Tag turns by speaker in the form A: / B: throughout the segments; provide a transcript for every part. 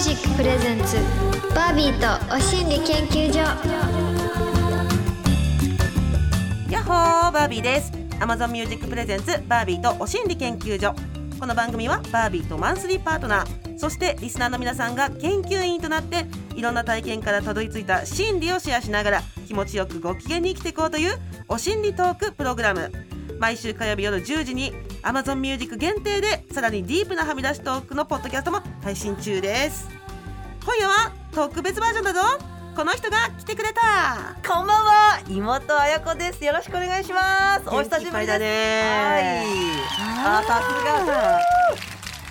A: ゼンツバービーとお心理研究所
B: ヤッホーバービーです Amazon Music Presents バービーとお心理研究所この番組はバービーとマンスリーパートナーそしてリスナーの皆さんが研究員となっていろんな体験からたどり着いた心理をシェアしながら気持ちよくご機嫌に生きていこうというお心理トークプログラム毎週火曜日夜10時に Amazon Music 限定でさらにディープなはみ出しトークのポッドキャストも配信中です今夜は特別バージョンだぞこの人が来てくれた
C: こんばんは、妹あやこです。よろしくお願いします。お久しぶりです。
B: ね
C: はい。あ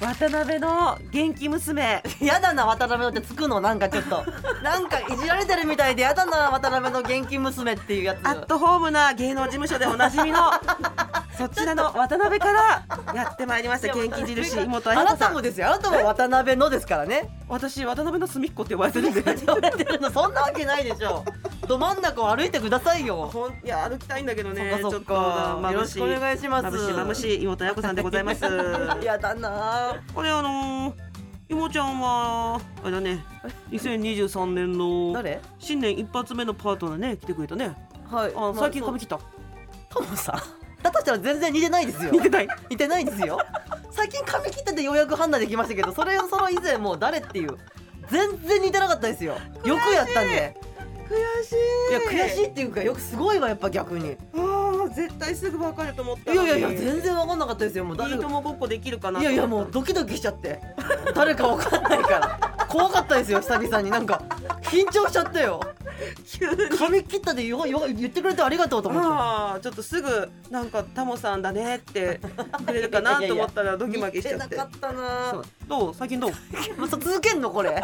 C: ー、
B: 渡辺の元気娘
C: さすが。やだな、渡辺のってつくの、なんかちょっ と。なんかいじられてるみたいで、やだな、渡辺の元気娘っていうやつ。
B: アットホームな芸能事務所でおなじみのそちらの渡辺からやってまいりました元気印妹あ
C: あ
B: や
C: な
B: 子さ
C: た
B: ん
C: もですよ。あなたも渡辺のですからね。
B: 私渡辺の隅っこって呼ばれてるんで
C: 言われてるの、そんなわけないでしょど真ん中を歩いてくださ いよ。
B: ほんいや歩きたいんだけどね
C: そっかそっ
B: ちょっと
C: か。よろしくお願いします。
B: まぶしいまぶしい妹あや子さんでございます
C: やだな。
B: これあのー、妹ちゃんはあれだね2023年の
C: 誰。
B: 新年一発目のパートナーね来てくれたね
C: はい
B: あ最近髪切った
C: トモさん だとしたら全然似てないですよ
B: 似てない
C: 似てないですよ最近髪切っててようやく判断できましたけどそれその以前もう誰っていう全然似てなかったですよよくやったんで
B: 悔し
C: い
B: い
C: や悔し
B: い
C: いっていうかよくすごいわやっぱ逆に
B: あー絶対すぐ分かると思っ
C: い
B: た
C: や
B: の
C: い
B: に
C: やいや全然わかんなかったですよもう
B: い
C: 誰
B: いと
C: が
B: もごっこできるかない
C: やいやもうドキドキしちゃって誰かわかんないから怖かったですよ久々になんか緊張しちゃったよ
B: 急に
C: 髪切ったでよよ言ってくれてありがとうと思って
B: ああちょっとすぐなんかタモさんだねってくれるかなと思った らドキマキしちゃって
C: 似なかったな
B: そうどう最近どう
C: また続けんのこれ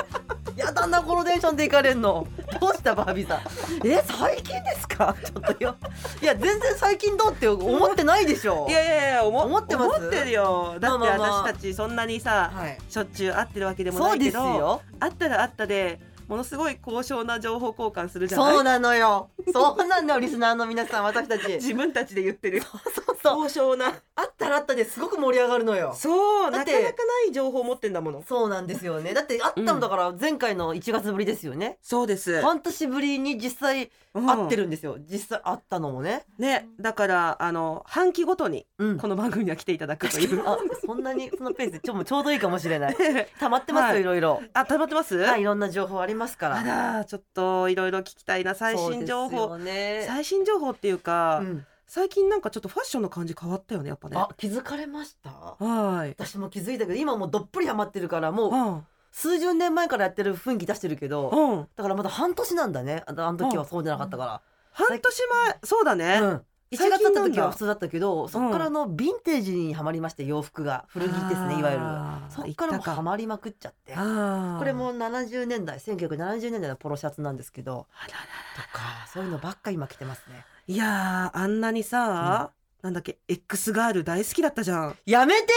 C: やだなこのテンションで行かれんのどうしたバービーさんえ最近ですかちょっとよいや全然最近どうって思ってないでしょ
B: いやいやいや思
C: 思ってます
B: 思ってるよだって
C: まあまあまあ
B: 私たちそんなにさ、
C: はい
B: しょっちゅう会ってるわけでもな
C: そう
B: い
C: で
B: け
C: す
B: ど
C: よ
B: 会ったら会ったでものすごい高尚な情報交換するじゃない
C: そうなのよそうなのよリスナーの皆さん私たち
B: 自分たちで言ってる
C: そうそう
B: 高尚な
C: あったらあったですごく盛り上がるのよ
B: そう
C: だ
B: なかな
C: って
B: かない情報持ってんだもの
C: そうなんですよねだってあったのだから前回の1月ぶりですよね、
B: そうです
C: 半年ぶりに実際会ってるんですよ、実際会ったのもね
B: ねだからあの半期ごとに
C: うん
B: この番組には来ていただくという
C: あそんなにそのペースでちょ もうちょうどいいかもしれない溜まってますよ、
B: はい
C: いろいろ
B: あ、溜まってます。
C: はい、いろんな情報ありますから。
B: あら、ちょっといろいろ聞きたいな、最新情報。
C: そうですよね。
B: 最新情報っていうか、
C: うん
B: 最近なんかちょっとファッションの感じ変わったよね、やっぱね。
C: あ、気づかれました。
B: はい。
C: 私も気づいたけど、今もうどっぷりハマってるから、も
B: う、
C: うん数十年前からやってる雰囲気出してるけど。
B: うん、
C: だからまだ半年なんだね。ああの時はそうじゃなかったか
B: 半年前、そうだ
C: ら。
B: ね。
C: うん。1
B: 最
C: 月
B: 近
C: だ
B: な
C: っ
B: んだ
C: た時は普通だったけど、そこからあのヴィンテージにはまりまして洋服が古着ですねいわゆる
B: あー
C: そこからもう
B: 行った
C: はまりまくっちゃって
B: あー
C: これ。も70年代1970年代のポロシャツなんですけど
B: あらら
C: とかそういうのばっか今着てますね
B: いやー、あんなにさ、なんだっけ、X ガール大好きだったじゃん。
C: やめてよ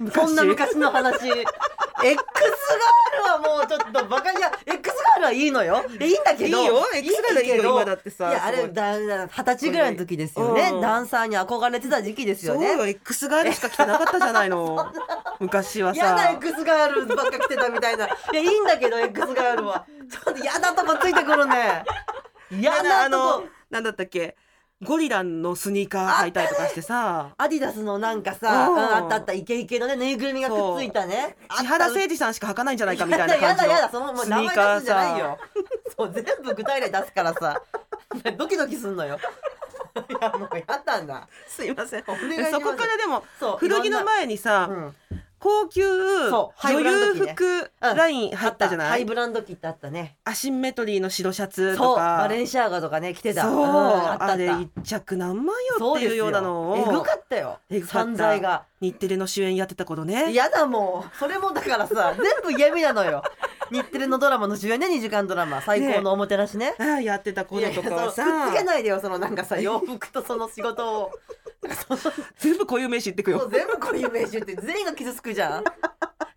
B: 昔
C: そんな昔の話 X ガールはもうちょっとバカにいや X ガールはいいのよいいんだけど
B: で
C: けど
B: 今だって
C: い
B: さ。
C: やあ
B: すご
C: れだだ二十歳ぐらいの時ですよね、
B: うん
C: ダンサーに憧れてた時期ですよ
B: そう
C: ね
B: よ、X ガール しか着てなかったじゃないの。昔はさ。
C: 嫌な X ガールばっか来てたみたいないやいいんだけど X ガールはちょっと嫌なとこついてく るね嫌
B: あ
C: なと
B: の
C: こ、
B: なんだったっけ、ゴリラのスニーカー履いたりとかしてさ、
C: アディダスのなんかさ、
B: うん
C: うんあったあったイケイケのねぬいぐるみがくっついたねあった
B: 千原誠二さんしか履かないんじゃないかみたいな
C: や
B: 感じ
C: だ
B: の
C: やだやだそのもう
B: ス
C: 名
B: ニー
C: 前
B: カ
C: 出
B: ー
C: すんじゃない
B: さ
C: よ。そう全部具体例出すからさドキドキすんのよ。 いやもうやったんだ。
B: すいません。
C: お願いしま
B: そ
C: す
B: こからでも
C: そう
B: 古着の前にさ、
C: うん
B: 高級
C: そうハイ
B: 女
C: ブラン
B: 優
C: ド着ね
B: 服
C: うん
B: ライン入ったじゃ
C: ハ
B: な
C: イ
B: い
C: ブランド機ってあったね。
B: アシンメトリーの白シャツ
C: そ
B: と
C: うバ
B: か
C: レンシアガとかね着てた。
B: そうん
C: あったあ
B: あ
C: っ
B: れ
C: た。
B: 一着何万よ
C: そ
B: っ
C: う
B: ていう
C: です
B: よ
C: よ
B: うなの
C: えぐ
B: を
C: かったよ
B: えぐ。かった
C: 犯罪が。
B: 日テレの主演やってた頃ね
C: やだもうそれもだから さ全部嫌味なのよ。日テレのドラマの主演ね2時間ドラマ最高のおもてなしね。
B: ああやってた
C: い
B: 頃
C: やい
B: と
C: やそ
B: か
C: のく
B: は
C: っつ
B: さ
C: けないでよそのなんかさ洋服とその仕事 を。
B: 全部こういう名詞言ってく
C: そ
B: よ
C: う全部固有名詞って全員が傷つくじゃん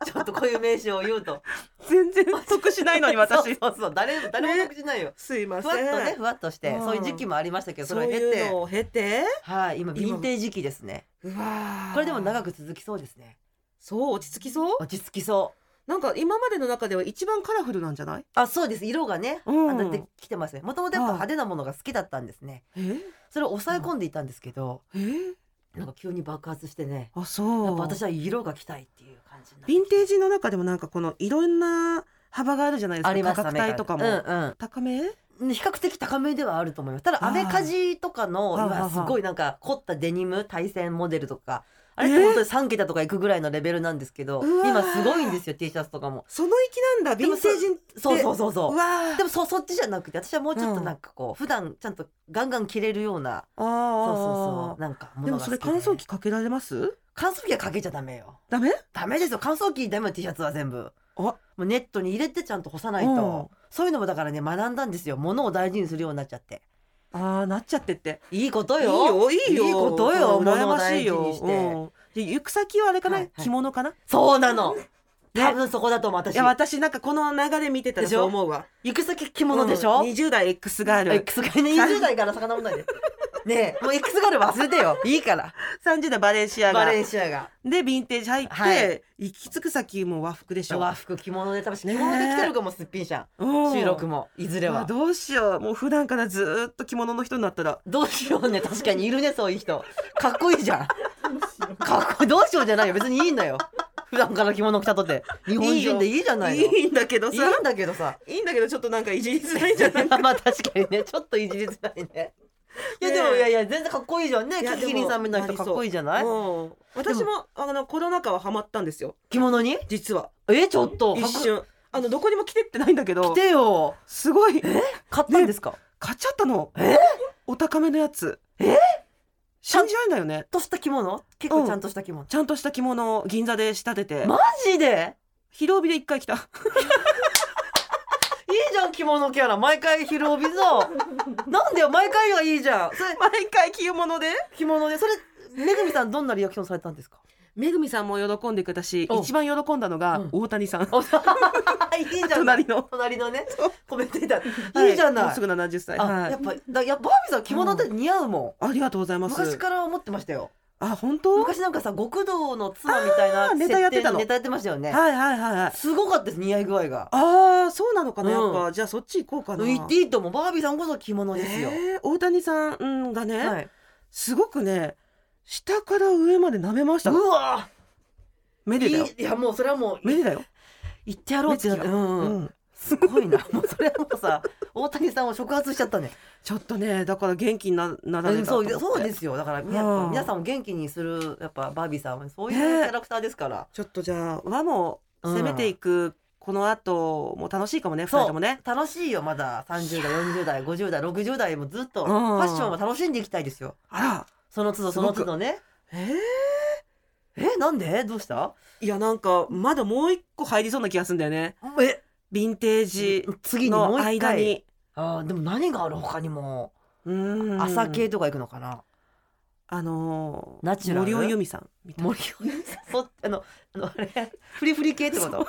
C: ちょっと固有名詞を言うと
B: 全然得しないのに
C: そう
B: 私
C: そうそう誰誰も得しないよ、
B: すいま
C: ふ
B: せ
C: わっ
B: ん
C: とねふわっとして、
B: うん
C: そういう時期もありましたけどそ
B: そう
C: れを経
B: い
C: て
B: うのを経て
C: はい今ヴ
B: 今
C: ィンテージ期ですね
B: うわ
C: これでも長
B: く
C: く続きそうですね
B: そう落ち着きそう
C: 落ち着きそ
B: なんか今までの中では一番カラフルなんじゃない
C: あそうです色がね、
B: うん
C: あだってきてますねもともとやっぱ派手なものが好きだったんですね
B: え
C: それを抑え込んでいたんですけど、
B: え
C: なんか急に爆発してね
B: あそう
C: やっぱ私は色が着たいっていう感じになって
B: ヴィンテージの中でもなんかこのいろんな幅があるじゃないですか
C: ありました
B: 価
C: ね
B: 格帯とかも、
C: うんうん
B: 高め
C: ね比較的高めではあると思います。ただ、アメカジとかの、
B: あー
C: 今すごいなんか凝ったデニム、対戦モデルとか、あれっ
B: え
C: て
B: ー
C: 本当に3桁とかいくぐらいのレベルなんですけど、
B: うわー
C: 今すごいんですよ、T シャツとかも。
B: その域なんだ
C: で
B: ヴィ
C: も
B: ンテージって
C: そうそうそうそうう。
B: わー
C: でもそ、そっちじゃなくて、私はもうちょっとなんかこう、普段ちゃんとガンガン着れるような、
B: あ
C: そうそう
B: あ
C: そう、なんか
B: で
C: もの
B: も
C: が
B: そ
C: 好き
B: れ
C: で
B: 乾燥機。かけられます
C: 乾燥機はかけちゃダメよ。
B: ダメ
C: ダメですよ、乾燥機ダメよ、T シャツは全部。
B: あ
C: もうネットに入れてちゃんと干さないと。そういうのもだからね、学んだんですよ。物を大事にするようになっちゃって。
B: ああなっちゃってって
C: いいこと
B: いい
C: よ。
B: よいいよ
C: いいことよ
B: 羨ましい
C: 物を大事
B: よ
C: にして
B: うんで行く先はあれかな、
C: はいはい
B: 着物かな
C: そうなの。
B: ね
C: 多分そこだと思
B: い
C: う、私。
B: や私なんかこの流れ見てたら
C: でしょ
B: そう思うわ
C: 行く先着物でし
B: う
C: ょ、
B: ん、20代 X ガール
C: ?X がね、20代から魚もないで。ねえ、もう X ガール忘れてよ。 いいから。
B: 30代バレンシア
C: バ
B: ガ
C: レンシアが。
B: でヴィンテージ入って、
C: はい
B: 行き着く先も和服でしょ
C: 和服着物で、多分着
B: ねえ
C: 物で来てるかも、すっぴんじゃ
B: うん
C: ん。収録も、いずれ
B: あ
C: は。
B: どうしようもう普段からずーっと着物の人になったら
C: どうしようね、確かにいるね、そういう人。かっこいいじゃん。かっこいい。どうしようじゃないよ。別にいいんだよ。普段から着物着たとって。日本人でいいじゃない
B: い
C: の。いい
B: いんだけどさ
C: んだけどさ。
B: いいんだけどちょっとなんかいじりづらいんじゃない
C: まあ確かにねちょっといじりづらいね。いや
B: ねえ
C: でもいやいや全然かっこいいじゃんね
B: いやでも
C: キキリンさんみたいな人かっこいいじゃない
B: うん私もあのコロナ禍はハマったんですよ
C: 着物に
B: 実は
C: えちょっと
B: 一瞬あのどこにも着てってないんだけ
C: は
B: ど
C: く着てよ
B: すごい
C: 買ったんですか、
B: 買っちゃったの
C: え
B: お高めのやつ
C: え
B: 信じられないよね
C: ちゃんとした着物結構ちゃんとした着物、
B: ちゃんとした着物を銀座で仕立てて、
C: マジで
B: 披露日で一回来 た
C: いいじゃん着物キャラ毎回披露帯ぞなんだよ毎回がいいじゃんそれ
B: 毎回着物で
C: 着物でそれめぐみさんどんなリアクションされたんですか
B: めぐみさんも喜んでくれたし
C: お
B: 一番喜んだのが
C: うん
B: 大谷さん、
C: おいいじゃん
B: 隣の
C: 隣のね
B: そう
C: コメント いたい
B: はい
C: じゃ
B: も
C: な
B: う
C: い
B: すぐ70歳
C: あ、
B: はい
C: やっぱだやっぱバービーさん着物って似合うもん
B: ありがとうございます
C: 昔から思ってましたよ
B: あ本当はい
C: 昔なんかさ極道の妻みたい
B: あー
C: な
B: ネタやってたの
C: 設定ネタやってましたよね、
B: はいはいはい
C: すごかったです似合い具合が
B: ああそうなのかな、
C: うん
B: やっぱじゃあそっち行こうかな
C: 言っていいと思うバービーさんこそ着物ですよ、
B: えー大谷さんがね、
C: はい、
B: すごくね下から上まで舐めました
C: うわ
B: 目でだよ
C: いいいやもうそれはもう
B: 目でだよ、
C: 言ってやろうってなった
B: 目つ
C: うんうん
B: うん
C: すごいな もうそれはもうさ大谷さんを触発しちゃったね
B: ちょっとねだから元気にななら
C: う
B: れ
C: ん
B: たと
C: そ
B: 思って、
C: うそうですよだからやっぱ
B: うん
C: 皆さんを元気にするやっぱバービーさんはそういう
B: ね
C: キャラクターですから、
B: ちょっとじゃあ和も攻めていく、この後も楽しいかもね2
C: そう
B: 人ともね
C: 楽しいよまだ30代40代50代60代もずっと
B: うん
C: ファッションも楽しんでいきたいですよ
B: あら
C: その都度その都度ね
B: え
C: えなんでどうした
B: ー、いやなんかまだもう一個入りそうな気がするんだよね
C: え
B: ヴィンテージ
C: 次にも
B: の
C: う一
B: 間
C: 回
B: に
C: あーでも何がある他にも、
B: うん
C: 朝系とか行くのかな
B: あのー、
C: ナチュラル
B: 森尾由美さんみたいな
C: 森尾由美さんそあのあのあ れフリフリ系ってこと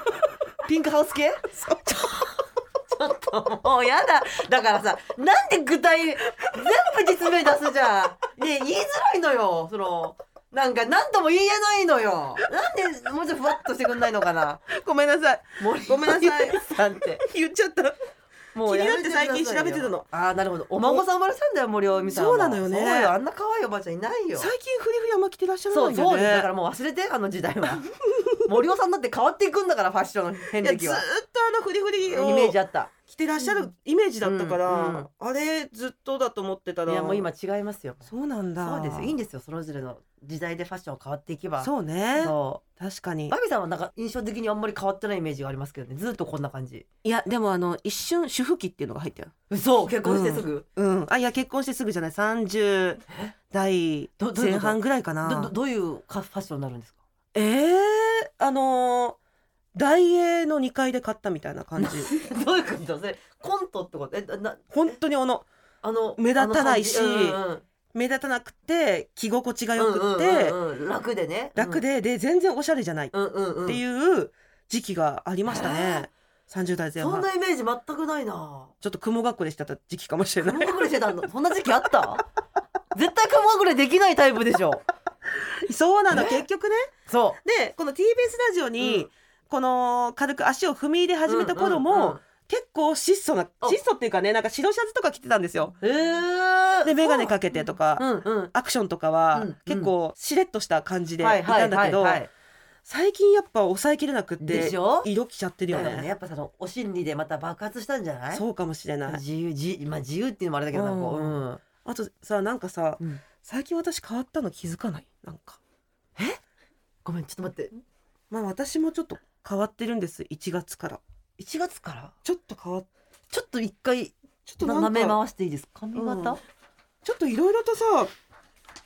C: ピンクハウス系
B: そう
C: ちょちょっともうやだだからさなんで具体全部実名出すじゃんねえ言いづらいのよそのなんか何とも言えないのよなんでもうちょっとふわっとしてくんないのかな
B: ごめんなさい
C: 森
B: ごめんなさい
C: 尾由美さんって
B: 言っちゃった
C: もやめくださいよ
B: 気になって最近調べてたの
C: ああなるほどお孫さん生まれたんだよ森尾美さんも
B: そうなのよね
C: そうよあんな可愛いおばあちゃんいないよ
B: 最近フリフリあんま着てらっしゃら
C: そ
B: な
C: う
B: い
C: そ
B: よ
C: うですだか
B: ね
C: らもう忘れてあの時代は森尾さんだって変わっていくんだからファッションの変
B: いやず
C: 歴
B: ーっと
C: は
B: あのフリフリ
C: イメージ
B: を
C: あった
B: 着てらっしゃるイメージだったから、
C: うんうん
B: あれずっとだと思ってた
C: い
B: ら
C: やもう今違いますよ
B: そうなんだ
C: そうですよいいんですよそれぞれの時代でファッション変わっていけば
B: そうね
C: そ
B: 確か
C: う
B: に
C: バビさんはなんか印象的にあんまり変わってないイメージがありますけどねずっとこんな感じ
B: いやでもあの一瞬主婦期っていうのが入ったよ
C: 嘘結婚してすぐ、
B: うんあいや結婚してすぐじゃない30代
C: どどういう
B: 前
C: こと
B: 半ぐらいか
C: どど
B: な
C: どういうかファッションになるんですか
B: えー、あのーダイエーの2階で買ったみたいな感 じ
C: どういう感じだそれコントってことえな
B: 本当にあの
C: あの
B: 目立たないし
C: あの感じうんうん
B: 目立たなくて着心地が良くって、
C: うんうんうん楽でね
B: 楽でで全然おしゃれじゃないっ
C: うんうんうん
B: ていう時期がありましたね、30代前
C: そん
B: 半
C: なイメージ全くないな
B: ちょっと雲隠れしてた時期かもしれない
C: 雲隠れしてたのそんな時期あった絶対雲隠れできないタイプでしょ
B: そうなの
C: え
B: 結局ね
C: そ
B: でこの TBS ラジオに、
C: うん
B: この軽く足を踏み入れ始めた頃も、結構質素な
C: あ
B: 質素っていうかねなんか白シャツとか着てたんですよ。
C: うんうんうん、えー
B: で眼鏡かけてとか、
C: うんうん
B: アクションとか
C: う
B: は
C: ん
B: 結構しれっとした感じでい
C: はいは
B: た
C: い
B: んだ
C: は
B: け
C: い
B: ど
C: はい
B: 最近やっぱ抑えきれなくっ
C: で
B: て
C: しょ
B: 色着ちゃってるよ
C: だからね
B: ね。
C: やっぱそのお心理でまた爆発したんじゃない
B: そうかもしれない。
C: 自由自,、まあ、自由っていうのもあれだけどなんかこう、うん
B: あとさなんかさ
C: うん
B: 最近私変わったの気づかないなんか
C: ごめんちょっと待って
B: まあ私もちょっと変わってるんです1月から
C: 1月から
B: ちょっと変わっ
C: ちょっと一回
B: ちょっとな
C: 斜
B: ん
C: め
B: か
C: 回していいですか髪型、
B: うんちょっといろいろとさ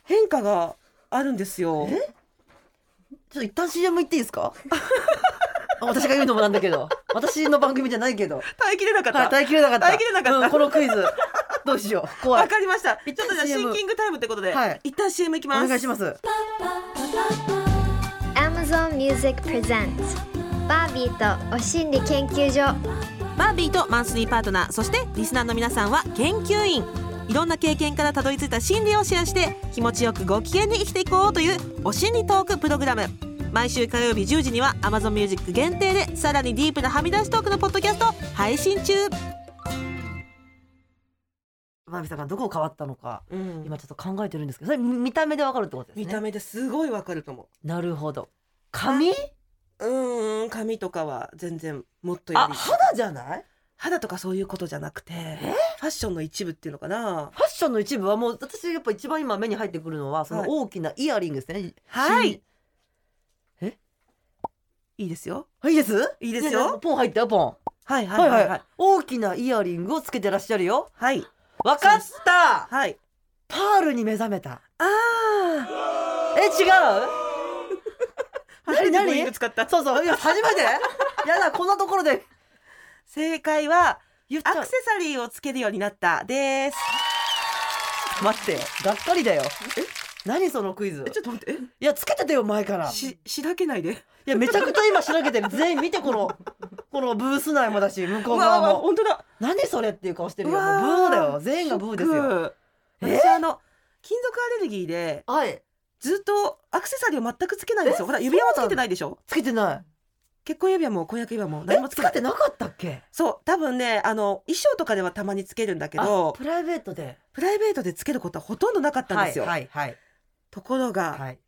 B: 変化があるんですよ。
C: えちょっと一旦 CM 行っていいですか あ私が言うのもなんだけど私の番組じゃないけど、
B: 耐えきれなかった。
C: はい、耐えきれなかった
B: 耐えきれなかった
C: うんこのクイ ズどうしよう怖
B: わ
C: い
B: かりました。
C: 一
B: ち
C: 旦
B: ょっとじゃあシ
C: CM
B: ンキングタイムってことで、
C: はい
B: 一旦 CM いき
C: お
B: ます。
C: 願いします。
A: Amazon Music Presents バービーとお心理研究所
B: バービーとマンスリーパートナーそしてリスナーの皆さんは研究員いろんな経験からたどり着いた心理をシェアして気持ちよくご機嫌に生きていこうというお心理トークプログラム毎週火曜日10時には Amazon Music 限定でさらにディープなはみ出しトークのポッドキャストを配信中、
C: まみさんがどこ変わったのか、今ちょっと考えてるんですけど、それ見見た目でわかるってことですね。
B: 目ですごいわかると思
C: なるほど。髪？
B: ううん髪とかは全然もっと
C: あ、肌じゃない？
B: 肌とかそういうことじゃなくてファッションの一部っていうのかな
C: ファッションの一部はもう私やっぱ一番今目に入ってくるのはその
B: はい
C: 大きなイヤリングですね。
B: はい
C: し。
B: いいですよ
C: あいいです？
B: いいですよ
C: ねねポン入ったよポン。
B: はい
C: はいはい、大きなイヤリングをつけてらっしゃるよ。
B: はい
C: わかった。
B: はい
C: パールに目覚めた。
B: あ
C: え違 う？
B: あ
C: 何何
B: 使った
C: そうそう。いや初めて。やだこんなところで
B: 正解は
C: 言っち
B: ア
C: ゃう
B: クセ。サリーをつけるようになったです。
C: 待ってがっかりだよ。え？何そのクイズ？
B: ょっと待って、
C: いやつけてたよ前から。
B: し、しだけないで。
C: いや めちゃくちゃ今調べてる全員見てこのこのブース内もだし向こう
B: わあわあ
C: 側も
B: 本当だ。
C: 何それっていう顔してるよ
B: う
C: も
B: わ
C: うブーだよ全員がブーですよ
B: ショック。私あの金属アレルギーで
C: はい
B: ずっとアクセサリーを全くつけないんですよ。ほら指輪もつけてないでしょ。
C: つけてない
B: 結婚指輪も婚約指輪も
C: え
B: 何もつ
C: つ
B: け
C: け
B: ない
C: て。なかったっけ
B: そう多分ねあの衣装とかではたまにつけるんだけ
C: あ
B: ど
C: プライベートで
B: プライベートでつけることはほとんどなかったんですよ。
C: はいはい
B: ところが、
C: はいはい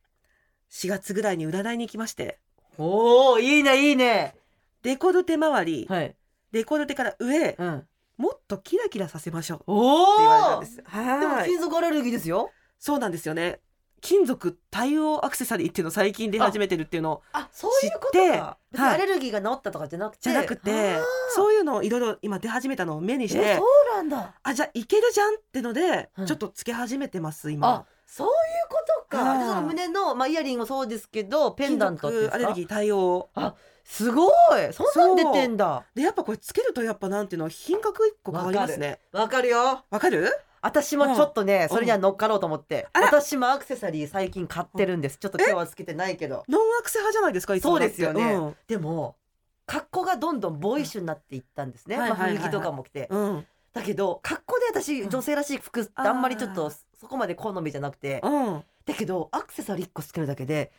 B: 4月ぐらいに占いに行きまして
C: おおいいねいいね
B: デコルテ周り、
C: はい
B: デコルテから上
C: うん
B: もっとキラキラさせましょう。って言われた
C: お
B: ん
C: お
B: で。
C: ですも
B: はい
C: 金。属アレルギーですよ
B: そうなんですよね。金属対応アクセサリーっていうのを最近出始めてるっていうのを
C: あそう
B: いうことか
C: 別にアレルギーが治ったとかじゃなくて
B: じゃなくて
C: あー、
B: そういうのをいろいろ今出始めたのを目にし
C: え
B: て
C: そう、なんだ
B: あじゃあいけるじゃんってので、
C: うん
B: ちょっとつけ始めてます
C: あ
B: 今。
C: そういうことか
B: はい
C: でその胸のまあイヤリングもそうですけどペンダントっていう
B: 金属
C: んですか
B: アレルギー対応。
C: すごいそんなん出てんだ
B: でやっぱこれつけるとやっぱなんていうの品格一個変わりますね。
C: わかるよ
B: わかる？
C: 私もちょっとね、
B: うん
C: それには乗っかろうと思って、
B: あら
C: 私もアクセサリー最近買ってるんですちょっと今日はつけてないけど
B: ノンアクセ派じゃないですかいつも
C: そうですよね
B: うん
C: でも格好がどんどんボーイッシュになっていったんですね、
B: うんはい
C: まあ、
B: はいはい
C: 古
B: はい
C: 着とかも着て、
B: うん
C: だけど格好で
B: う
C: 私
B: ん
C: 女性らしい服ってあんまりちょっ
B: あ
C: と
B: ー
C: そこまで好みじゃなくて
B: うん。
C: だけどアクセサリー1個つけるだけで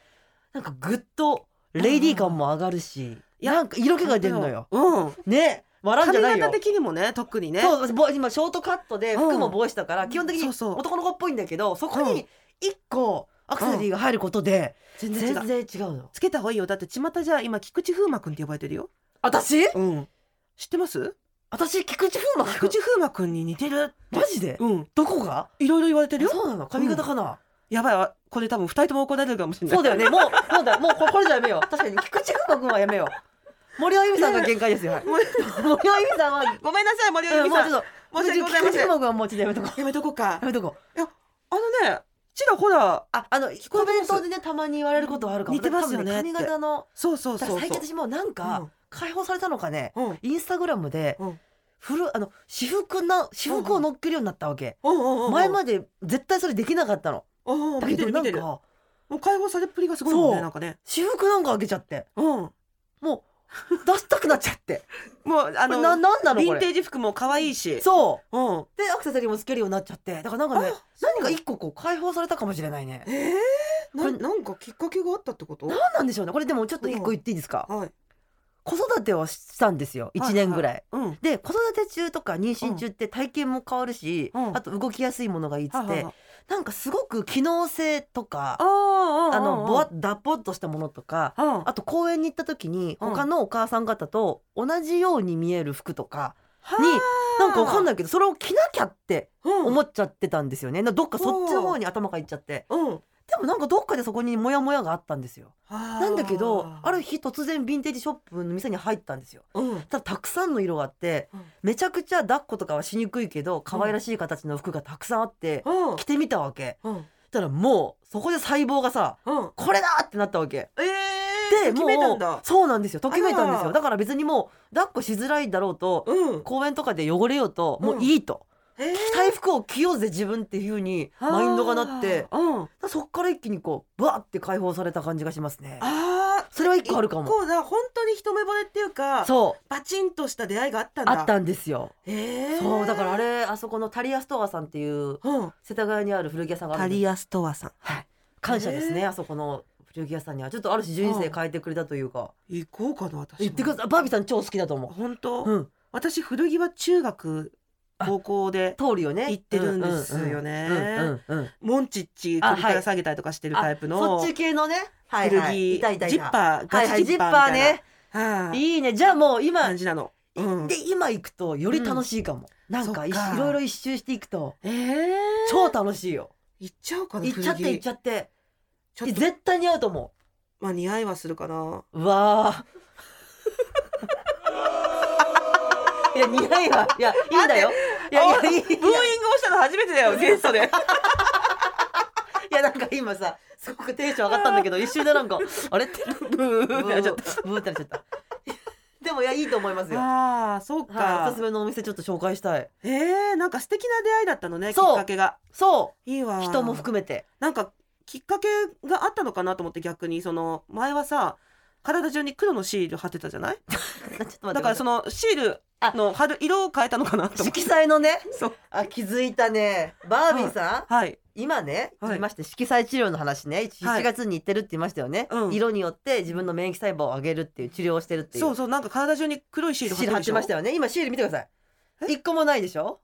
C: なんかぐっとレイディー感も上がるし、
B: いや
C: なんか色気が出るのよ。
B: うん。
C: ね笑うんじゃ
B: 髪
C: ないよ
B: 型的にもね特にね。
C: そう私ボ今ショートカットで
B: うん
C: 服も帽子だから、基本的に
B: そうそう
C: 男の子っぽいんだけどそこ
B: うん
C: に一個アクセサリーが入ることで
B: 全然違
C: 全
B: う。
C: 然違うの。
B: つけた方がいいよだって巷じゃ今菊池風磨くんって呼ばれてるよ
C: 私
B: うん知ってます
C: 私菊池風磨
B: 菊池風磨くんに似てる
C: マジで
B: うん
C: どこが
B: いろいろ言われてるよ
C: そうなの髪型かな、
B: やばいわこれ多分二人とも怒られるかもしれない
C: そうだよねもうそうだもうここれじゃやめよう確かに菊池風磨君はやめよう森尾由美さんが限界ですよはい
B: もう
C: 森尾由美さんは
B: ごめんなさい森尾
C: う
B: 由
C: ん
B: 美
C: もう
B: さ
C: ち
B: ん
C: ょっ
B: 申し
C: と
B: 訳ござい
C: 菊
B: ま
C: 池
B: せんや
C: 風磨君はもうちょっとやめとこう
B: めとこうか
C: やめとこ
B: あ
C: う
B: のねちらほら
C: ああのコメントでねたまに言われることはあるかも
B: 似てますよね
C: 多分髪型の
B: そうそう
C: だ
B: そ
C: から
B: う
C: 最
B: そう
C: 近私もうなんか、解放されたのかね
B: うんうん
C: インスタグラムで、
B: うん
C: フルあの私服な私服を乗っけるようになったわけ、
B: うんうんうん
C: 前まで絶対それできなかったの、
B: うんうん
C: だ
B: 見て
C: けど
B: る
C: な
B: 見
C: ん
B: てる
C: か
B: もう解放されっぷりがすごいもん
C: そ
B: ね
C: う
B: なんかね
C: 私服なんか開けちゃ って
B: うんも
C: もう出したくなっちゃって
B: うあ
C: あの
B: の
C: ななんなの
B: ヴ
C: こ
B: ィンテ
C: れ
B: ージ服も可愛いし
C: そう
B: うん
C: うでアクセサリーもつけるようになっちゃってだからなんかね
B: あ
C: 何か一個こう解放されたかもしれないね
B: えーな
C: これ
B: なんかきっかけがあったってこと
C: 何なんでしょうねこれでもちょっと一個言っていいですか、
B: はい
C: 子育てをしたんですよ1年ぐらい。
B: うん。
C: で子育て中とか妊娠中って体型も変わるし、
B: うん
C: あと動きやすいものがいいっつっ
B: は
C: て、
B: いはいはい
C: なんかすごく機能性とか
B: ああ
C: あのぼわ
B: ッ
C: っだぼっとしたものとか
B: うん
C: あと公園に行った時に
B: うん
C: 他のお母さん方と同じように見える服とかに
B: はあ
C: なんかわかんないけどそれを着なきゃって
B: うん
C: 思っちゃってたんですよねなどっかそっちの方に頭がいっちゃって
B: うん
C: でもなんかどっかでそこにモヤモヤがあったんですよな
B: なん
C: だけどある日突然ヴィンテージショップの店に入ったんですよ
B: うん
C: ただたくさんの色があって
B: うん
C: めちゃくちゃ抱っことかはしにくいけど可愛らしい形の服がたくさんあって
B: うん
C: 着てみたわけ
B: うん
C: そしたらもうそこで細胞がさ
B: うん
C: これだってなったわけ
B: ええ
C: で
B: ー決めたん
C: もう
B: だ
C: そうなんですよときめいたんです
B: あら
C: よだから別にもう抱っこしづらいだろうと
B: うん
C: 公園とかで汚れようと
B: うん
C: もういいと、
B: えー
C: 着たい服を着ようぜ自分っていう風にマインドがなってだか
B: あーうん
C: らそっから一気にこうバーって解放された感じがしますね
B: あ
C: それは
B: ー
C: 一個あるかも
B: こうだ本当に一目惚れっていうか
C: そう
B: パチンとした出会いがあったんだ
C: あったんですよ
B: えー
C: そうだからあれあそこのタリアストアさんっていう
B: うん
C: 世田谷にある古着屋さんがあ
B: タ
C: るんです
B: リアストアさん
C: はい感謝ですね、
B: へ
C: あそこの古着屋さんにはちょっとある種人生変えてくれたというか
B: 行こうかな私も
C: 言ってくださいバービーさん超好きだと思
B: 本当、
C: ううん
B: 私古着は中学高校で
C: 通るよね
B: 行ってるんですよね
C: うんうんうんうん
B: モンチッチ
C: あ
B: 首から下げたりとかしてるタイプの
C: あそっち系のね
B: 古
C: は
B: 着、
C: いはいいたいたいた
B: ジッパー
C: はいは
B: ガチ
C: い
B: ジ
C: ジ
B: ッ
C: ッ
B: パ
C: パ
B: ー
C: ー
B: みたい
C: ね
B: な、はい
C: いいねじゃあもう今
B: 感じなの、うん、
C: で今行くとより楽しいかも、なんかい
B: そっか
C: いろいろ一周していくと
B: えー、
C: 超楽しいよ
B: 行っちゃおうかな
C: 行っちゃって行っち
B: ゃ
C: ゃって
B: ちょっと
C: 絶対似合うと思
B: まあ似合いはするかな
C: ううわー いや似合いはいやいいんだよいやいやいいい
B: ブーイングをしたの初めてだよゲスト で
C: やなんか今さすごくテンション上がったんだけど一瞬でなんかあれって
B: ブー
C: ブ
B: ってなっちゃっ
C: ー ってなっちゃったでもいやいいと思いますよ、
B: た
C: は
B: ああそう
C: い、お
B: か
C: すすめのお店ちょっと紹介したい
B: えー、なんか素敵な出会いだったのねきっ
C: そう
B: かけが
C: そ
B: いいわ
C: う人も含めて
B: なんかきっかけがあったのかなと思って逆にその前はさ体中に黒のシール貼ってたじゃないだ
C: だ
B: からそのシールの貼る色を変えたのかなと思っ
C: 色
B: て
C: 彩のね
B: そう
C: あ気づいたねバービーさん、
B: はい
C: 今ね
B: はい
C: 言いまして色彩治療の話ね
B: はい
C: 7月に行ってるって言いましたよね、
B: うん
C: 色によって自分の免疫細胞を上げるっていう治療をしてるっていう
B: そうそうなんか体中に黒いシール貼っ
C: シ
B: て
C: ール
B: るで
C: 貼っ
B: してょ
C: ましたよね今シール見てください一個もないでしょ、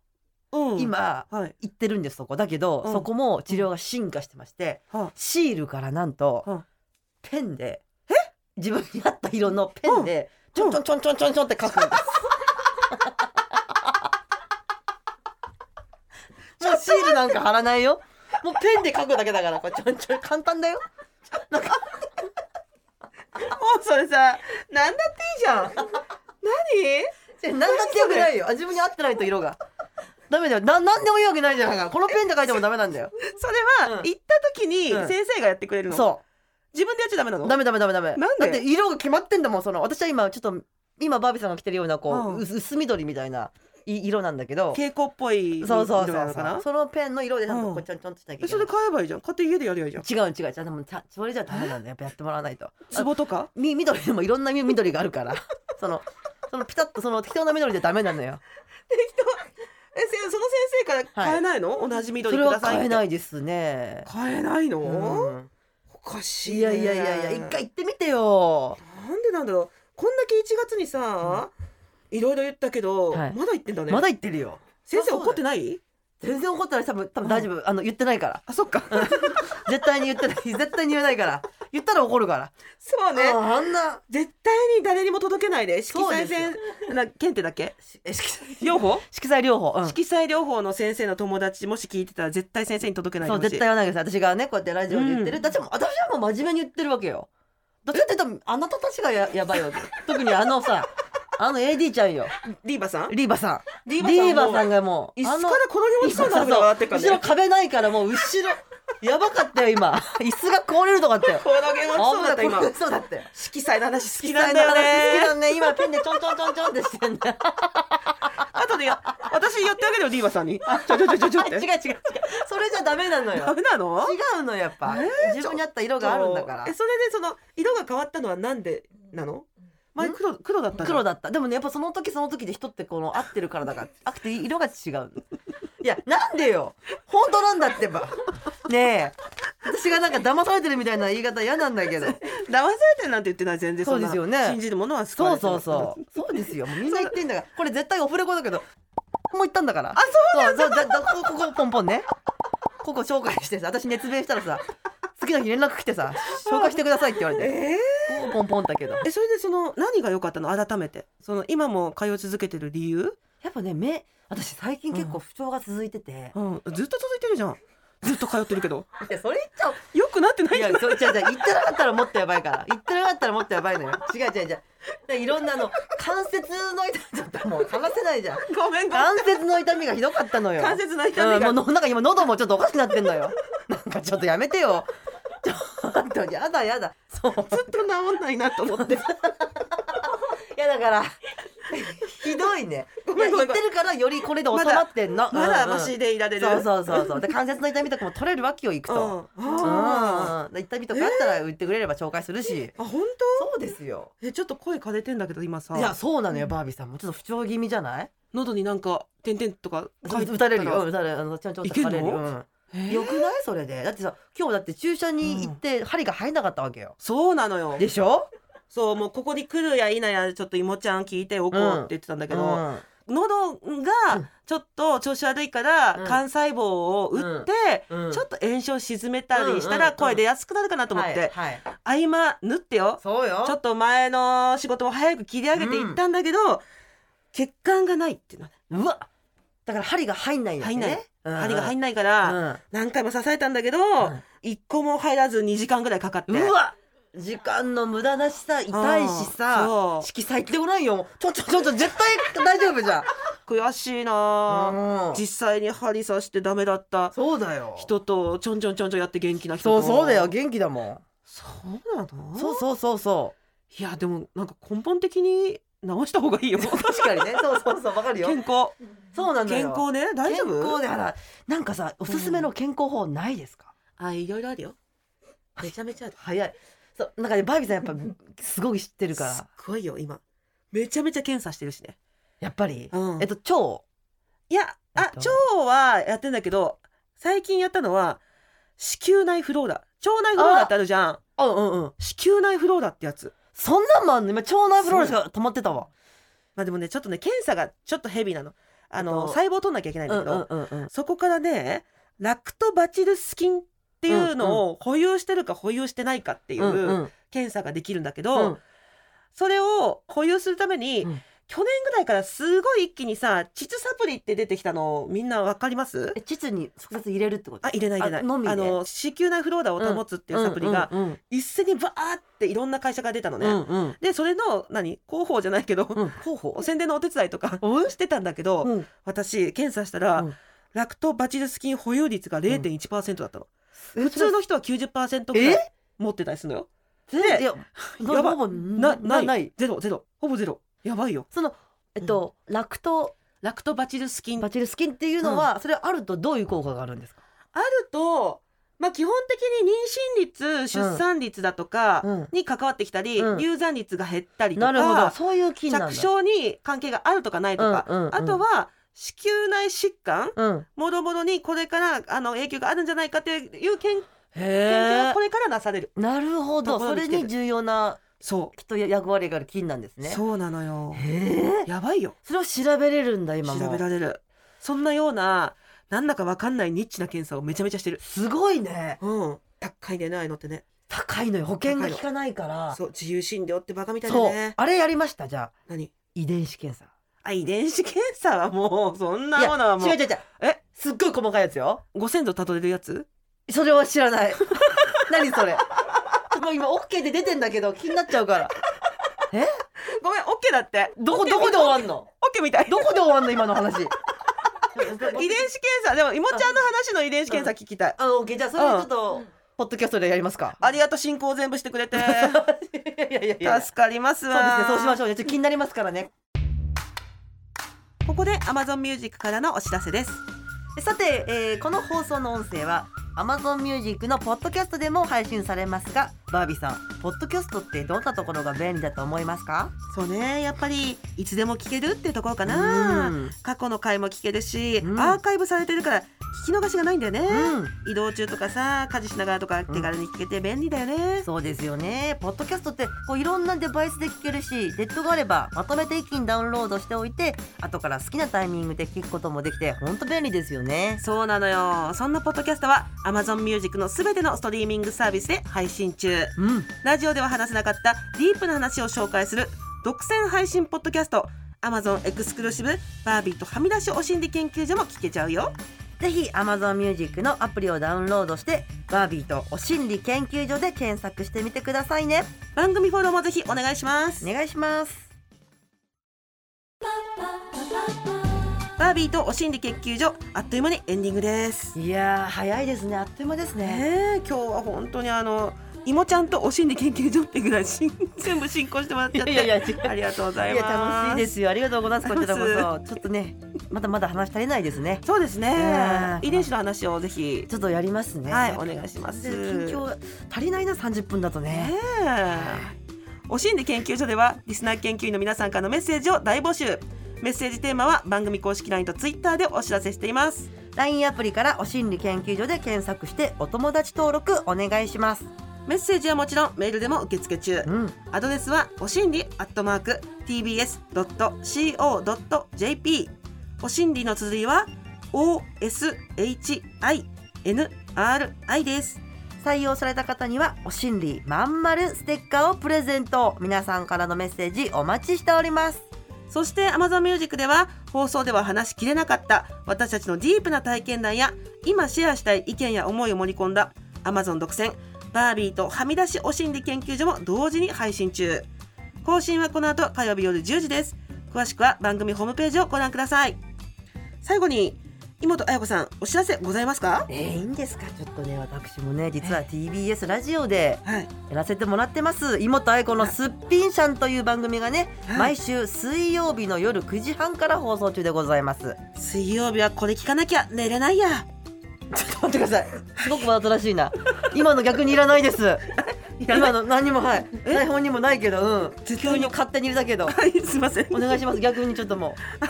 B: うん、
C: 今
B: はい
C: 行ってるんですそこだけど、
B: うん
C: そこも治療が進化してまして、
B: はあ
C: シールからなんと、
B: はあ
C: ペンで自分に合った色のペンで、ちょんちょんちょんちょんちょんちょんって書くんです もうシールなんか貼らないよもうペンで書くだけだからこれちょんちょん簡単だよ
B: もうそれさなんだっていいじ ゃん何
C: 何だってよくないよあ自分に合ってないと色がダメだよな何でもいいわけないじゃんだからこのペンで書いてもダメなんだよ
B: それは、
C: うん
B: 行った時に
C: うん
B: 先生がやってくれるの、
C: そう
B: 自分でやっちゃダメなの
C: ダメダメダメダメ
B: なんで
C: だって色が決まってんだもんその私は今ちょっと今バービーさんが着てるようなこう、
B: うん
C: 薄薄緑みたいない色なんだけど
B: 蛍光っぽい
C: そうそう
B: 色
C: そ
B: な
C: う
B: のか
C: そ
B: な
C: うそのペンの色でなんか
B: うん
C: こうちょんちょんとしなきゃ
B: え
C: いけ
B: そ
C: ない、
B: れ買えばいいじゃん買って家でやりゃいいじゃん
C: 違う違う違うでもちゃそれじゃダメなんだよやっぱやってもらわないとあ
B: 壺とか
C: み緑でもいろんなみ緑があるから そのそのピタッとその適当な緑じゃダメなのよ
B: えせその先生から買えないの、同じ
C: そ
B: 緑
C: れ
B: く
C: は
B: ださいって
C: 買えないですね
B: 買えないの、
C: うん
B: おかしい、ね、
C: いやいやいやいや一回行ってみてよ
B: なんでなんだろうこんだけ1月にさ、いろいろ言ったけど、
C: はい
B: まだ言ってんだね
C: まだ行ってるよ
B: 先生怒ってない
C: 全然怒ってない多分多分大丈夫、あの言ってないから
B: あそっか
C: 絶対に言ってない 絶対に言えないから言ったら怒るから
B: そうね
C: ああんな
B: 絶対に誰にも届けないで色彩線な検定だっけ
C: え色彩
B: 両方
C: 色彩療法、うん
B: 色彩療法の先生の友達もし聞いてたら絶対先生に届けないで
C: そう
B: ほしい
C: 絶対言わないでください私がねこうやってラジオで言ってる、
B: うん
C: 私も私はもう真面目に言ってるわけよどっちかって言うとあなたたちがややば いわけ特にあのさあの AD ちゃんよ
B: リーバさん
C: リーバさん
B: リ
C: リ
B: ー
C: ー
B: バさん
C: バ
B: も
C: さんがもう
B: 椅子
C: あ
B: から
C: の
B: 転げ落ちそうになるぐらい笑ってっから
C: 後ろ
B: ね
C: 壁ないからもう後ろやばかったよ今椅子が壊れるとかあったよ
B: 転げ落ちそうだった今
C: 危ないそうだったよ
B: 色彩の話好きなんだよ
C: 好き
B: ね
C: だね今ペンでちょんちょんちょんちょんってしてんだよ
B: あとでや私言ってあげるよリーバさんにちょちょちょちょちょっ
C: 違う違う
B: て
C: 違うそれじゃダメなの
B: ダ
C: よ
B: メなの
C: 違うのやっぱ、自分に合った色があるんだから
B: えそれでその色が変わったのはなんでなの前黒黒だったじゃん
C: 黒だったでもねやっぱその時その時で人ってこの合ってるから だから合って色が違うのいやなんでよ本当なんだってばねえ私がなんか騙されてるみたいな言い方嫌なんだけど。
B: 騙されてるなんて言ってない全然んな
C: そうですよね
B: 信じるものは救わ
C: そ
B: れて
C: う
B: る
C: そう そう。そうですよ。もうみんな言ってんだから。これ絶対オフレコだけど、もう言ったんだから。あ、そうだよ。だだここここポンポンね。ここ紹介してさ、私熱弁したらさ、次の日連絡来てさ、紹介してくださいって言われて。
B: え
C: ここポンポンだけど。
B: ーえそれでその何が良かったの改めてその今も通い続けてる理由、
C: やっぱね、目、私最近結構不調が続いてて。
B: うん、ずっと続いてるじゃんずっと通ってるけど
C: いや、それ言っちゃおう。
B: 良くなってない
C: い
B: じゃ
C: や、
B: ない
C: そう、違う違う、言ってなかったらもっとやばいから。言ってなかったらもっとやばいのよ。違う違う違う。でいろんなあの、関節の痛み、ちょっともう話せないじゃん。
B: ごめんごめん
C: 関節の痛みがひどかったのよ。
B: 関節の痛みが
C: うんもうのなんか今喉もちょっとおかしくなってんのよ。 なんかちょっとやめてよ。ちょ っと、やだやだ。そう。
B: ずっと治んないなと思 って
C: いやだから、ひどいね。
B: ごめんごめん
C: いや言ってるからよりこれで収まってんの。
B: まだ
C: うんうん
B: マシでいられる
C: そうそうそうそう。で関節の痛みとかも取れるわけよ、行く
B: うん
C: と。うん。
B: あ
C: で痛みとかあったら言ってくれれば紹介するし。
B: ーあ本
C: そうですよ。
B: 当えちょっと声枯れてんだけど今さ
C: いやそうなのよバービーさんもちょっと不調気味じゃない？
B: 喉になんか点々とか書いてあ
C: 打
B: った
C: た
B: ら
C: れるよ。うん打たれるあのちゃんと打
B: いけん
C: た
B: の
C: れるよ。うん
B: えー
C: よくないそれで。だってさ今日だって注射に行って針が入んなかったわけよ。
B: そうなのよ
C: でしょ？
B: そうもうここに来るや否やちょっといもちゃん聞いておこうって言ってたんだけど、
C: うん
B: 喉
C: うん
B: がちょっと調子悪いから
C: うん
B: 幹細胞を打って、
C: うん
B: ちょっと炎症沈めたりした
C: うんうんう
B: ら
C: ん
B: 声出やすくなるかなと思って、
C: はいはい
B: 合間縫ってよ
C: そうよ。
B: ちょっと前の仕事も早く切り上げていったんだけど、血管がないっていうのね
C: うわだから針が入んないんだよね。
B: 入んない
C: うん
B: 針が入んないから、何回も刺されたんだけど、
C: ん
B: 一個も入らず2時間ぐらいかかって
C: うんうわ時間の無駄だしさ痛いし
B: うん
C: さ。
B: そう
C: 色彩ってこないよ。ちょちょちょちょ絶対大丈夫じゃん。
B: 悔しいなあ、
C: うん
B: 実際に針刺してダメだった
C: そうだよ。
B: 人とちょんちょんちょんちょんやって元気な人
C: そ
B: と
C: うそうだよ元気だもん。
B: そうなの
C: そうそうそうそう。
B: いやでもなんか根本的に直した方がいいよ
C: 確かにねそうそうそうわかるよ
B: 健康
C: そうなんだ
B: 健
C: よ
B: 康ね大丈夫
C: 健康であらなんかさおすすめの健康法ないですか、
B: あいろいろあるよめちゃめちゃある
C: 早いそうなんかねバービーさんやっぱ すごい知ってるか
B: すっ
C: ら
B: ごいよ今めちゃめちゃ検査してるしね、
C: やっぱり、
B: うん
C: えっと腸
B: いや
C: えっ
B: あ
C: と
B: 腸はやってんだけど最近やったのは子宮内フローラ腸内フローラってあるじゃん
C: あうんうん
B: 子宮内フローラってやつ
C: そんなんもあんの今腸内フローラしか止まってたわ
B: まあでもねちょっとね検査がちょっとヘビーなのあ
C: えっと
B: の細胞取んなきゃいけな
C: う
B: い
C: ん
B: ん
C: う
B: だ
C: ん
B: けど、
C: うんうん
B: そこからねラクトバチルス菌っていうのを保有してるか保有してないかってい
C: うんう
B: うん検査ができるんだけ
C: う
B: ど、
C: ん
B: それを保有するために、
C: うん
B: 去年ぐらいからすごい一気にさ膣サプリって出てきたのみんなわかります
C: え膣に直接入れるってこと
B: あ入れない入れない
C: あのみで
B: の子宮内フローラを保つっていうサプリが
C: うんうん
B: 一斉にバーっていろんな会社が出たの
C: う
B: ね、
C: んうん
B: でそれの何広報じゃないけど、
C: うん候補
B: 宣伝のお手伝いとか
C: うん
B: してたんだけど、
C: うん
B: 私検査したら、
C: うん
B: ラクトバチルス菌保有率が0.1%だったの、
C: 普
B: 普通の人は90%ぐらい持ってたりするのよで
C: いやな
B: やば
C: ほぼ
B: な
C: な
B: ない
C: ない
B: ゼロゼロほぼゼロやばいよ
C: そのえっと、ラクト
B: ラクトバチルス菌
C: バチルス菌っていうのは、それあるとどういう効果があるんですか、
B: あると、まあ、基本的に妊娠率出産率だとか
C: うん
B: に関わってきたり、
C: うん
B: 流産率が減ったりと
C: なるほど
B: か
C: そういう菌なんだ
B: 着床に関係があるとかないとか、
C: うんうんうん
B: あとは子宮内疾患
C: うん
B: もろもろにこれからあの影響があるんじゃないかという研究
C: へ
B: がこれからなされる。
C: えなるほど
B: とこ
C: そ
B: ろに
C: れ
B: 来てる
C: に重要な
B: そ
C: きっと役割がある菌なんです
B: う、
C: ね
B: そうなのよ。
C: へえ
B: やばいよ。
C: それを調べれるんだ今
B: 調
C: も
B: べられる。そんなようななんだかわかんないニッチな検査をめちゃめちゃしてる。
C: すごいね
B: うん。高いね、ああいうのってね。
C: 高いのよ保険が効かないから
B: そう、自由診療ってバカみたいだ
C: そう
B: ね。
C: あれやりましたじゃあ
B: 何
C: 遺伝子検査
B: あ、遺伝子検査はもう、そんないものはもう
C: 違う、違う違う
B: え
C: すっごい細かいやつよ
B: ご先祖たどれるやつ
C: それは知らない 何それちょっと今 OK で出てんだけど気になっちゃうから
B: ごめん、オッケーだって。
C: どこどこで終わんの
B: オッケーみたい。
C: どこで終わんの今の
B: 遺
C: 話遺
B: 伝子検査、でも、いもちゃんの話の遺伝子検査聞きたい。
C: あ、オッケー、じゃあ、それちょっと、ポッドキャストでやりますか。
B: ありがとう、進行全部してくれて。
C: いやいやいやいや。そう
B: 助かります
C: です
B: わ。
C: ね、そうしましょうね。ちょっと気になりますからね。
B: ここで Amazon Music からのお知らせです。
C: さて、えーこの放送の音声は Amazon Music のポッドキャストでも配信されますが、バービーさんポッドキャストってどんなところが便利だと思いますか
B: そうねやっぱりいつでも聞けるってところかな、
C: うん
B: 過去の回も聞けるし、
C: うん
B: アーカイブされてるから聞き逃しがないんだよね、
C: うん
B: 移動中とかさ家事しながらとか手軽に聞けて便利だよね、
C: そうですよねポッドキャストってこういろんなデバイスで聞けるしネットがあればまとめて一気にダウンロードしておいて後から好きなタイミングで聞くこともできてほんと便利ですよね
B: そうなのよそんなポッドキャストは Amazon Music のすべてのストリーミングサービスで配信中
C: うん
B: ラジオでは話せなかったディープな話を紹介する独占配信ポッドキャスト Amazon エクスクルーシブバービーとはみ出しお心理研究所も聞けちゃうよ
C: ぜひ Amazon Music のアプリをダウンロードしてバービーとお心理研究所で検索してみてくださいね
B: 番組フォローもぜひお願いします
C: お願いします
B: バービーとお心理研究所あっという間にエンディングです
C: いやー早いですねあっという間ですね
B: ねえ今日は本当にあのいもちゃんとお心理研究所ってぐらいしん全部進行してもらっちゃって
C: いやいや違う
B: ありがとうござい
C: い
B: ま
C: や
B: す
C: 楽しいですよありがとうございますこちらこ
B: ありがとう
C: そちょっとねまだまだ話し足りないですね
B: そうですね
C: ねえ
B: 遺伝子の話をぜひ
C: ちょっとやりますね
B: はいお願いします
C: 緊張足りないな30分だとね
B: ねえお心理研究所ではリスナー研究員の皆さんからのメッセージを大募集メッセージテーマは番組公式 LINE と Twitter でお知らせしています
C: LINE アプリからお心理研究所で検索してお友達登録お願いします
B: メッセージはもちろんメールでも受付中
C: うん
B: アドレスはお心理アットマーク tbs.co.jp お心理の綴りは oshinri です
C: 採用された方にはお心理まんまるステッカーをプレゼント皆さんからのメッセージお待ちしております
B: そして Amazon Music では放送では話しきれなかった私たちのディープな体験談や今シェアしたい意見や思いを盛り込んだ Amazon 独占バービーとはみ出しお心理研究所も同時に配信中更新はこの後火曜日夜10時です詳しくは番組ホームページをご覧ください最後に妹彩子さんお知らせございますか
C: えー、いいんですかちょっとね私もね実は TBS ラジオで
B: はい
C: やらせてもらってます妹愛子のすっぴんしゃんという番組がね
B: はい
C: 毎週水曜日の夜9時半から放送中でございます
B: 水曜日はこれ聞かなきゃ寝れないや
C: ちょっと待ってくださいすごくわざとらしいな今の逆にいらな いです今の何にもはい台本にもないけどうん
B: 絶対
C: 急
B: に
C: に勝手にいるだけど
B: はいすいません
C: お願いします逆にちょっともう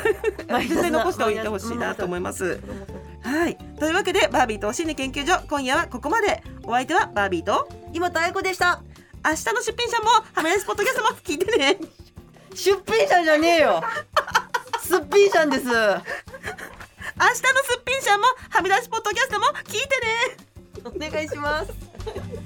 B: 絶対残しておいてほしいなと思います。はい、というわけでバービーとお心理研究所今夜はここまでお相手はバービーと
C: 今たえこでした
B: 明日の出品者もハメレスポッドキャストも聞いてね
C: 出品者じゃねえよすっぴん者んです
B: 明日のすっぴん者もはみ出しポッドキャストも聞いてね
C: お願いします